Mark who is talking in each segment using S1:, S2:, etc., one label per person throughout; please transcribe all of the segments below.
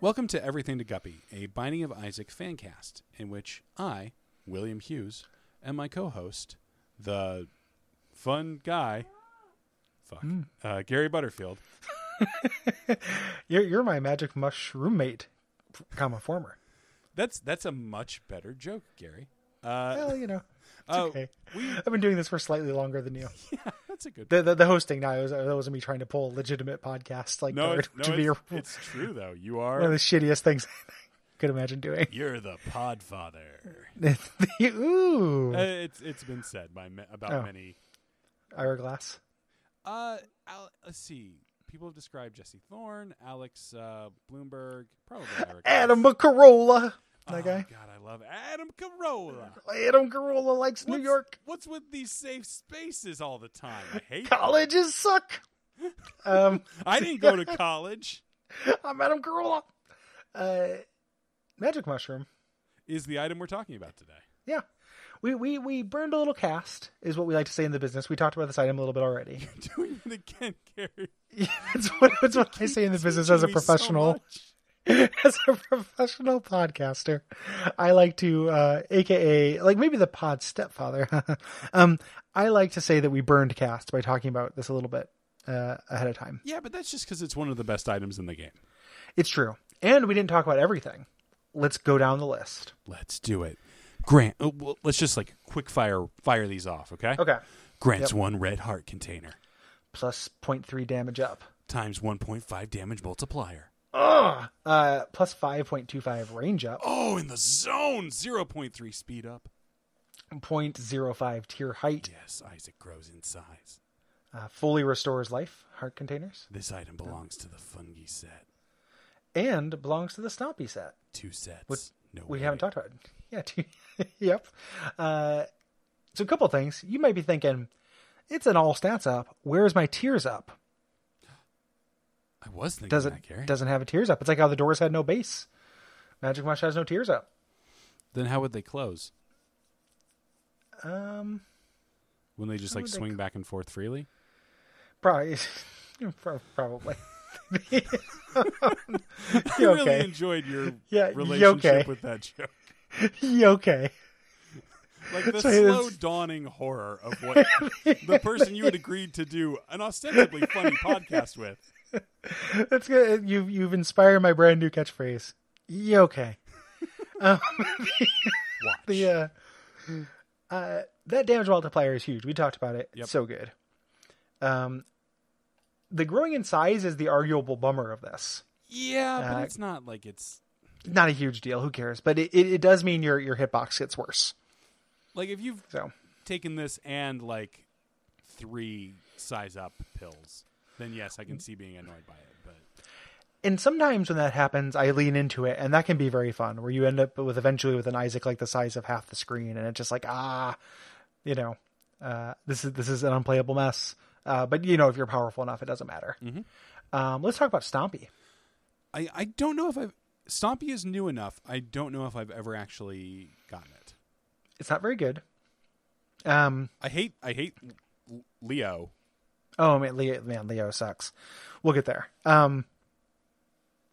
S1: Welcome to Everything to Guppy, a Binding of Isaac fancast, in which I, William Hughes, and my co host, the fun guy, fuck,
S2: Mm.
S1: uh, Gary Butterfield,
S2: You're you're my magic mushroom mate, f- comma former.
S1: that's that's a much better joke, Gary. Uh,
S2: Well, you know, it's
S1: Oh,
S2: okay.
S1: we-
S2: I've been doing this for slightly longer than you.
S1: that's a good
S2: The the, the hosting now was that wasn't me trying to pull a legitimate podcast like
S1: No,
S2: that
S1: it,
S2: would-
S1: no
S2: to be
S1: it's,
S2: your,
S1: it's true, though. You
S2: one of
S1: are.
S2: the shittiest things I could imagine doing.
S1: You're the podfather.
S2: Ooh,
S1: Uh, it's, it's been said by ma- about
S2: Oh.
S1: many
S2: Ira Glass.
S1: Uh, Al- let's see. People have described Jesse Thorne, Alex uh, Bloomberg, probably Eric
S2: Adam
S1: Roberts.
S2: Carolla. That
S1: Oh,
S2: guy.
S1: God, I love Adam Carolla.
S2: Adam Carolla likes
S1: What's-
S2: New York.
S1: What's with these safe spaces all the time? I hate them.
S2: Colleges suck. Um,
S1: I didn't go to college.
S2: I'm Adam Carolla. Uh, magic mushroom.
S1: Is the item we're talking about today?
S2: Yeah. We, we we burned a little cast is what we like to say in the business. We talked about this item a little bit already.
S1: Doing it again, Gary.
S2: that's what that's what I say in the business as a
S1: Teaching me so
S2: professional
S1: much.
S2: as a professional podcaster. I like to uh aka like maybe the pod stepfather. um I like to say that we burned cast by talking about this a little bit uh ahead of time.
S1: yeah, but that's just because it's one of the best items in the game.
S2: It's true. And we didn't talk about everything. Let's go down the list.
S1: Let's do it, Grant. uh, well, let's just like quick fire fire these off, okay?
S2: Okay.
S1: Grant's one red heart container.
S2: Plus 0.3 damage up.
S1: times 1.5 damage multiplier.
S2: Ugh. Uh plus 5.25 range up.
S1: Oh, in the zone, 0.3 speed up.
S2: 0.05 tier height
S1: Yes, Isaac grows in size.
S2: uh, fully restores life heart containers
S1: This item belongs to the fungi set.
S2: and belongs to the stompy set
S1: Two sets. no,
S2: we haven't talked about it. yeah two, yep uh, so a couple things you might be thinking it's an all stats up where's my tears up
S1: I was thinking
S2: doesn't
S1: that, Gary.
S2: doesn't have a tears up it's like how the doors had no base magic mush has no tears up
S1: then how would they close?
S2: um
S1: When they just like
S2: would they
S1: swing back and forth freely?
S2: probably pro- probably You
S1: I
S2: okay
S1: really enjoyed your
S2: Yeah, you
S1: relationship
S2: okay?
S1: with that joke.
S2: You okay
S1: Like the
S2: So
S1: slow
S2: it's-
S1: dawning horror of what the person you had agreed to do an ostensibly funny podcast with.
S2: That's good. You've you've inspired my brand new catchphrase. You okay?
S1: Watch.
S2: The uh, uh, that damage multiplier is huge. We talked about it.
S1: Yep.
S2: It's so good. Um, the growing in size is the arguable bummer of this.
S1: yeah, but
S2: uh,
S1: it's not like it's
S2: Not a huge deal. Who cares? But it, it, it does mean your your hitbox gets worse.
S1: like if you've
S2: So
S1: taken this and like three size up pills, then yes, I can
S2: Mm.
S1: see being annoyed by it. But
S2: and sometimes when that happens, I lean into it, and that can be very fun. Where you end up with eventually with an Isaac like the size of half the screen, and it's just like ah, you know, uh, this is this is an unplayable mess. Uh, but you know, if you're powerful enough, it doesn't matter. Um, let's talk about Stompy.
S1: I, I don't know if I've Stompy is new enough. I don't know if I've ever actually gotten it.
S2: It's not very good. Um,
S1: I hate I hate L- Leo.
S2: Oh man, Leo, man, Leo sucks. We'll get there. Um,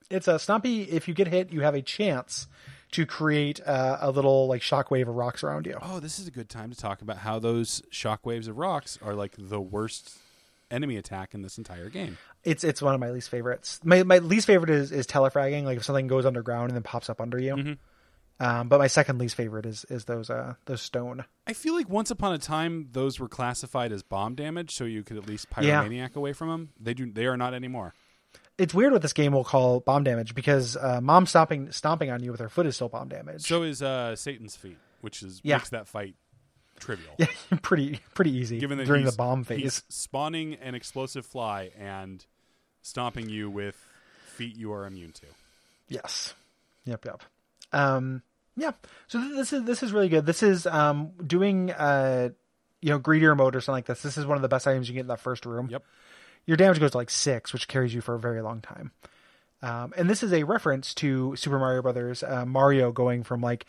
S2: it's a Stompy. If you get hit, you have a chance to create uh, a little like shockwave of rocks around you.
S1: Oh, this is a good time to talk about how those shockwaves of rocks are like the worst enemy attack in this entire game.
S2: It's it's one of my least favorites. My my least favorite is is telefragging. Like if something goes underground and then pops up under you.
S1: Mm-hmm.
S2: Um, but my second least favorite is is those uh those stone.
S1: I feel like once upon a time those were classified as bomb damage, so you could at least
S2: Yeah.
S1: pyromaniac away from them. They do they are not anymore.
S2: It's weird what this game will call bomb damage because uh, mom stomping stomping on you with her foot is still bomb damage.
S1: So is uh, Satan's feet, which is
S2: Yeah.
S1: makes that fight trivial.
S2: pretty pretty easy
S1: Given that
S2: during the
S1: he's-
S2: bomb
S1: he's
S2: phase.
S1: spawning an explosive fly and stomping you with feet you are immune to.
S2: Yes. Yep. Yep. Um, yeah. So th- this is this is really good. This is um, doing uh, you know greedier mode or something like this. This is one of the best items you get in that first room.
S1: Yep.
S2: Your damage goes to like six, which carries you for a very long time. Um, and this is a reference to Super Mario Brothers. Uh, Mario going from like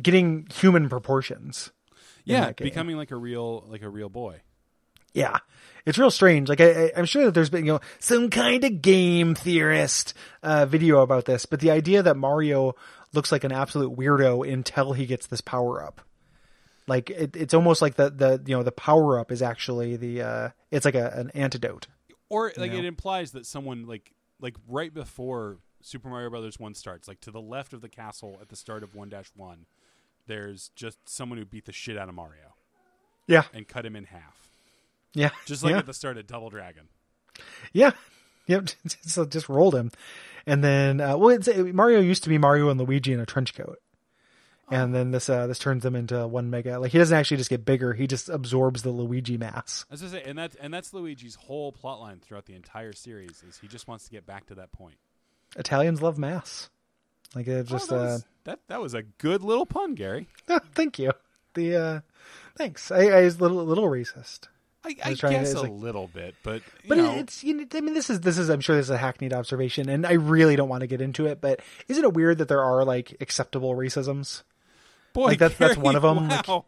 S2: getting human proportions.
S1: Yeah,
S2: that game.
S1: becoming like a real like a real boy.
S2: Yeah, it's real strange. Like I, I, I'm sure that there's been you know some kind of game theorist uh, video about this, but the idea that Mario looks like an absolute weirdo until he gets this power up, like it, it's almost like the the you know the power up is actually the uh, it's like a, an antidote.
S1: Or like
S2: know.
S1: it implies that someone like like right before Super Mario Brothers 1 starts, like to the left of the castle at the start of 1-1, there's just someone who beat the shit out of Mario
S2: Yeah,
S1: and cut him in half.
S2: yeah,
S1: Just like
S2: yeah.
S1: at the start of Double Dragon.
S2: Yeah. Yep. so just rolled him. And then, uh, well, it's, Mario used to be Mario and Luigi in a trench coat. And then this uh, this turns him into one mega. Like he doesn't actually just get bigger; he just absorbs the Luigi mass.
S1: As I say, and that's and that's Luigi's whole plot line throughout the entire series is he just wants to get back to that point.
S2: Italians love mass. Like it's
S1: Oh,
S2: just
S1: that,
S2: uh,
S1: was, that that was a good little pun, Gary.
S2: thank you. The uh, thanks. I, I was a little little racist,
S1: I,
S2: I
S1: I
S2: was trying to-
S1: guess
S2: it's
S1: a
S2: like-
S1: little bit, but you
S2: but
S1: know,
S2: it, it's you know, I mean this is this is I'm sure this is a hackneyed observation, and I really don't want to get into it. But isn't it weird that there are like acceptable racisms?
S1: boy,
S2: like, that's- that's
S1: Gary,
S2: one of 'em, like-
S1: wow.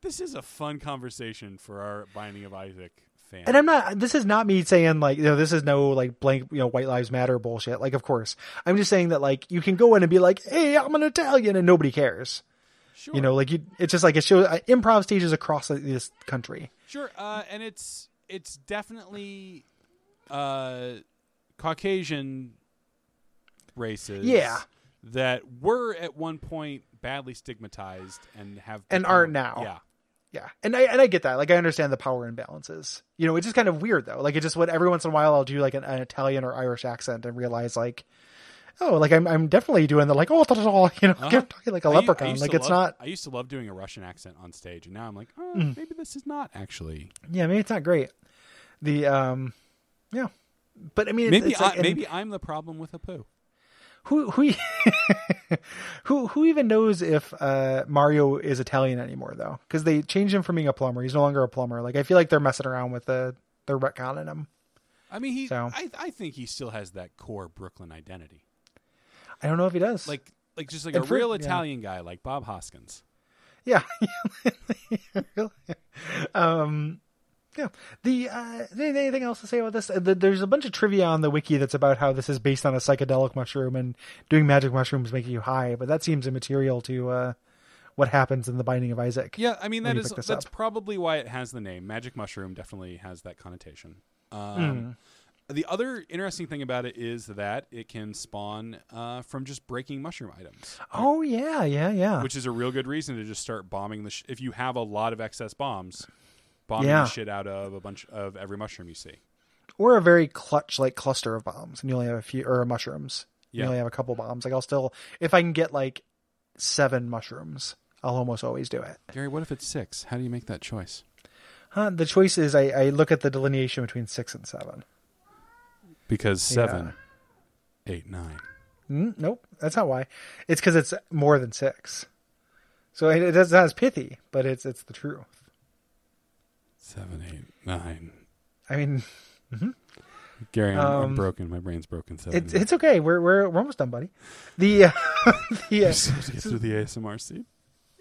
S1: this is a fun conversation for our Binding of Isaac fan.
S2: And I'm not. This is not me saying like you know this is no like blank you know white lives matter bullshit. Like of course I'm just saying that like you can go in and be like hey I'm an Italian and nobody cares.
S1: sure.
S2: You know like you it's just like it shows uh, improv stages across this country.
S1: Sure, uh, and it's it's definitely uh, Caucasian races,
S2: Yeah.
S1: that were at one point badly stigmatized and have
S2: And
S1: become-
S2: are now.
S1: Yeah,
S2: Yeah, and I and I get that. Like I understand the power imbalances. You know it's just kind of weird though. Like it's just what every once in a while I'll do like an, an Italian or Irish accent and realize like. Oh, like I'm, I'm definitely doing the like oh, you know,
S1: Uh-huh.
S2: like
S1: I
S2: a
S1: u- I
S2: leprechaun.
S1: used
S2: like
S1: to
S2: it's
S1: love-
S2: not, Mm.
S1: I used to love doing a Russian accent on stage, and now I'm like, oh, maybe this is not actually.
S2: yeah, maybe it's not great. The um, yeah, but I mean, it's,
S1: Maybe
S2: it's like,
S1: I,
S2: and-
S1: maybe I'm the problem with Apu.
S2: who who who who even knows if uh, Mario is Italian anymore though? Because they changed him from being a plumber. He's no longer a plumber. Like I feel like they're messing around with the they're retconning him.
S1: I mean, he.
S2: So.
S1: I I think he still has that core Brooklyn identity,
S2: I don't know if he does.
S1: like like just like
S2: And
S1: a
S2: for-
S1: real
S2: yeah.
S1: Italian guy, like Bob Hoskins.
S2: yeah, um, yeah. The uh, is there anything else to say about this? Uh, the- There's a bunch of trivia on the wiki that's about how this is based on a psychedelic mushroom and doing magic mushrooms making you high, but that seems immaterial to uh, what happens in the Binding of Isaac.
S1: Yeah, I mean
S2: when
S1: that
S2: you
S1: is
S2: pick this
S1: that's
S2: up.
S1: probably why it has the name. Magic mushroom definitely has that connotation. Um,
S2: Hmm.
S1: The other interesting thing about it is that it can spawn uh, from just breaking mushroom items,
S2: Oh yeah, yeah, yeah.
S1: which is a real good reason to just start bombing the. Sh- if you have a lot of excess bombs, bombing
S2: Yeah.
S1: the shit out of a bunch of every mushroom you see.
S2: or a very clutch like cluster of bombs and you only have a few or mushrooms you
S1: Yeah.
S2: only have a couple bombs like i'll still if i can get like seven mushrooms i'll almost always do it
S1: Gary, what if it's six? How do you make that choice?
S2: huh the choice is i, I look at the delineation between six and seven
S1: Because seven, eight, nine.
S2: mm, nope that's not why it's because it's more than six so it, it does not as pithy but it's it's the truth
S1: Seven, eight, nine.
S2: i mean
S1: Gary, I'm,
S2: Um,
S1: I'm broken. My brain's broken. Seven.
S2: it's
S1: eight.
S2: it's okay we're we're, we're almost done buddy the uh, the uh,
S1: to get through the ASMR seed.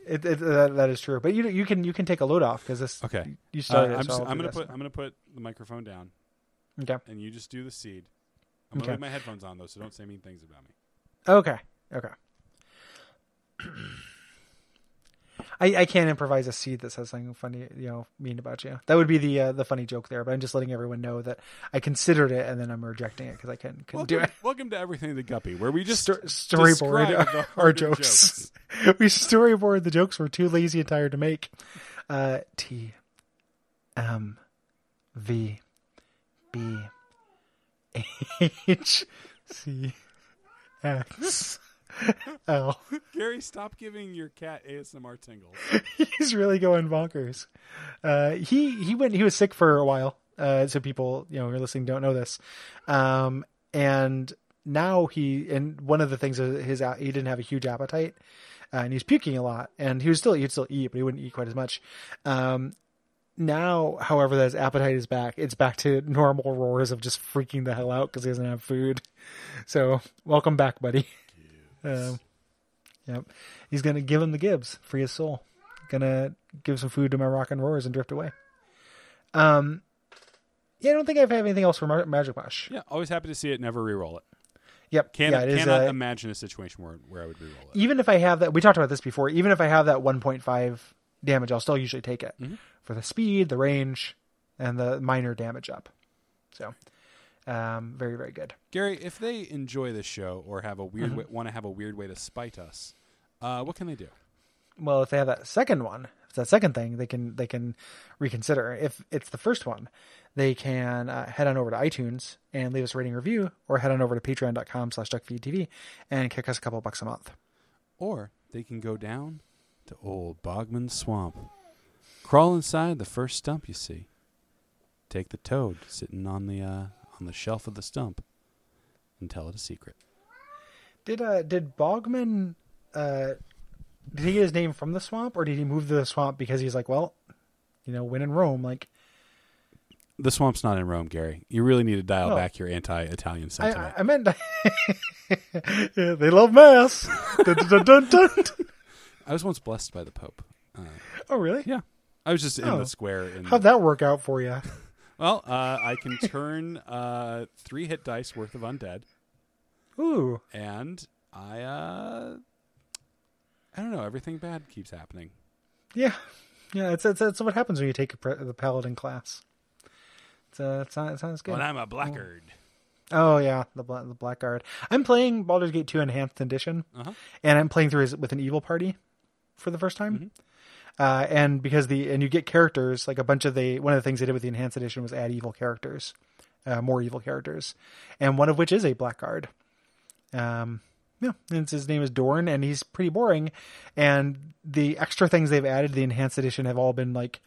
S2: it, it, uh, that, that is true but you you can you can take a load off because this
S1: Okay.
S2: you
S1: Uh,
S2: started it,
S1: I'm,
S2: so
S1: just-
S2: I'll
S1: I'm
S2: do
S1: gonna
S2: this.
S1: put I'm gonna put the microphone down,
S2: okay
S1: and you just do the seed. I'm gonna
S2: Okay.
S1: leave my headphones on though, so don't say mean things about me.
S2: Okay. Okay. I, I can't improvise a seed that says something funny, you know, mean about you. That would be the uh, the funny joke there, but I'm just letting everyone know that I considered it and then I'm rejecting it because I couldn't, couldn't do
S1: Welcome,
S2: it.
S1: welcome to everything the Guppy, where we just
S2: Sto-
S1: describe the
S2: storyboard our
S1: harder
S2: jokes. we storyboard the jokes we're too lazy and tired to make. Uh, T M V B H C X L.
S1: Gary, stop giving your cat ASMR tingles.
S2: he's really going bonkers. Uh, he he went he was sick for a while. Uh, so people you know who are listening don't know this, um, and now he and one of the things is his he didn't have a huge appetite, uh, and he was puking a lot, and he was still he'd still eat, but he wouldn't eat quite as much. Um, now, however, that his appetite is back, it's back to normal roars of just freaking the hell out because he doesn't have food. So welcome back, buddy. Um, yep, he's gonna give him the Gibbs, free his soul gonna give some food to my rock and roars and drift away. Um, yeah, I don't think I have anything else for Mar- Magic Wash.
S1: Yeah, always happy to see it. Never re-roll it.
S2: Yep.
S1: Can,
S2: yeah, it is,
S1: cannot
S2: uh,
S1: imagine a situation where, where I would re-roll it.
S2: even if I have that, we talked about this before. Even if I have that 1.5 damage, I'll still usually take it
S1: Mhm.
S2: for the speed, the range, and the minor damage up. So, um, very very good.
S1: Gary, if they enjoy this show or have a weird
S2: Mm-hmm.
S1: way, want to have a weird way to spite us, uh, what can they do?
S2: Well, if they have that second one, if it's that second thing, they can they can reconsider. If it's the first one, they can uh, head on over to iTunes and leave us a rating review, or head on over to Patreon.com/slash DuckFeedTV and kick us a couple bucks a month.
S1: Or they can go down to old Bogman Swamp, crawl inside the first stump you see, take the toad sitting on the uh, on the shelf of the stump, and tell it a secret.
S2: Did uh did Bogman uh did he get his name from the swamp or did he move to the swamp because he's like, well, you know, when in Rome, like
S1: The swamp's not in Rome, Gary. You really need to dial
S2: Oh.
S1: back your anti-Italian
S2: I,
S1: sentiment.
S2: I, I meant Yeah, they love mass. Dun, dun, dun, dun, dun.
S1: I was once blessed by the Pope. Uh,
S2: Oh really?
S1: yeah, I was just in
S2: Oh.
S1: the square. In
S2: How'd that work out for you?
S1: well, uh, I can turn uh, three hit dice worth of undead,
S2: Ooh,
S1: and I, uh, I don't know. Everything bad keeps happening.
S2: yeah, yeah. It's it's, it's what happens when you take a pre- the paladin class. It's uh, it sounds, it sounds good.
S1: When I'm a blackguard.
S2: Oh yeah, the Bla- the blackguard. I'm playing Baldur's Gate 2 Enhanced Edition,
S1: Uh-huh.
S2: and I'm playing through as, with an evil party for the first time.
S1: Mm-hmm.
S2: Uh, and because the and you get characters like a bunch of the one of the things they did with the Enhanced Edition was add evil characters, uh, more evil characters, and one of which is a blackguard. Um, yeah, and it's- his name is Dorn, and he's pretty boring. And the extra things they've added, the Enhanced Edition, have all been like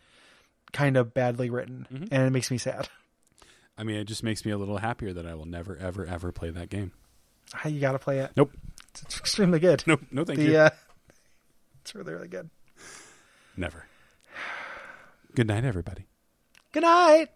S2: kind of badly written,
S1: Mm-hmm.
S2: and it makes me sad.
S1: I mean, it just makes me a little happier that I will never, ever, ever play that game.
S2: You got to play it.
S1: Nope.
S2: It's extremely good.
S1: Nope. No, thank
S2: the
S1: you.
S2: uh, it's really really good.
S1: never. Good night, everybody.
S2: Good night.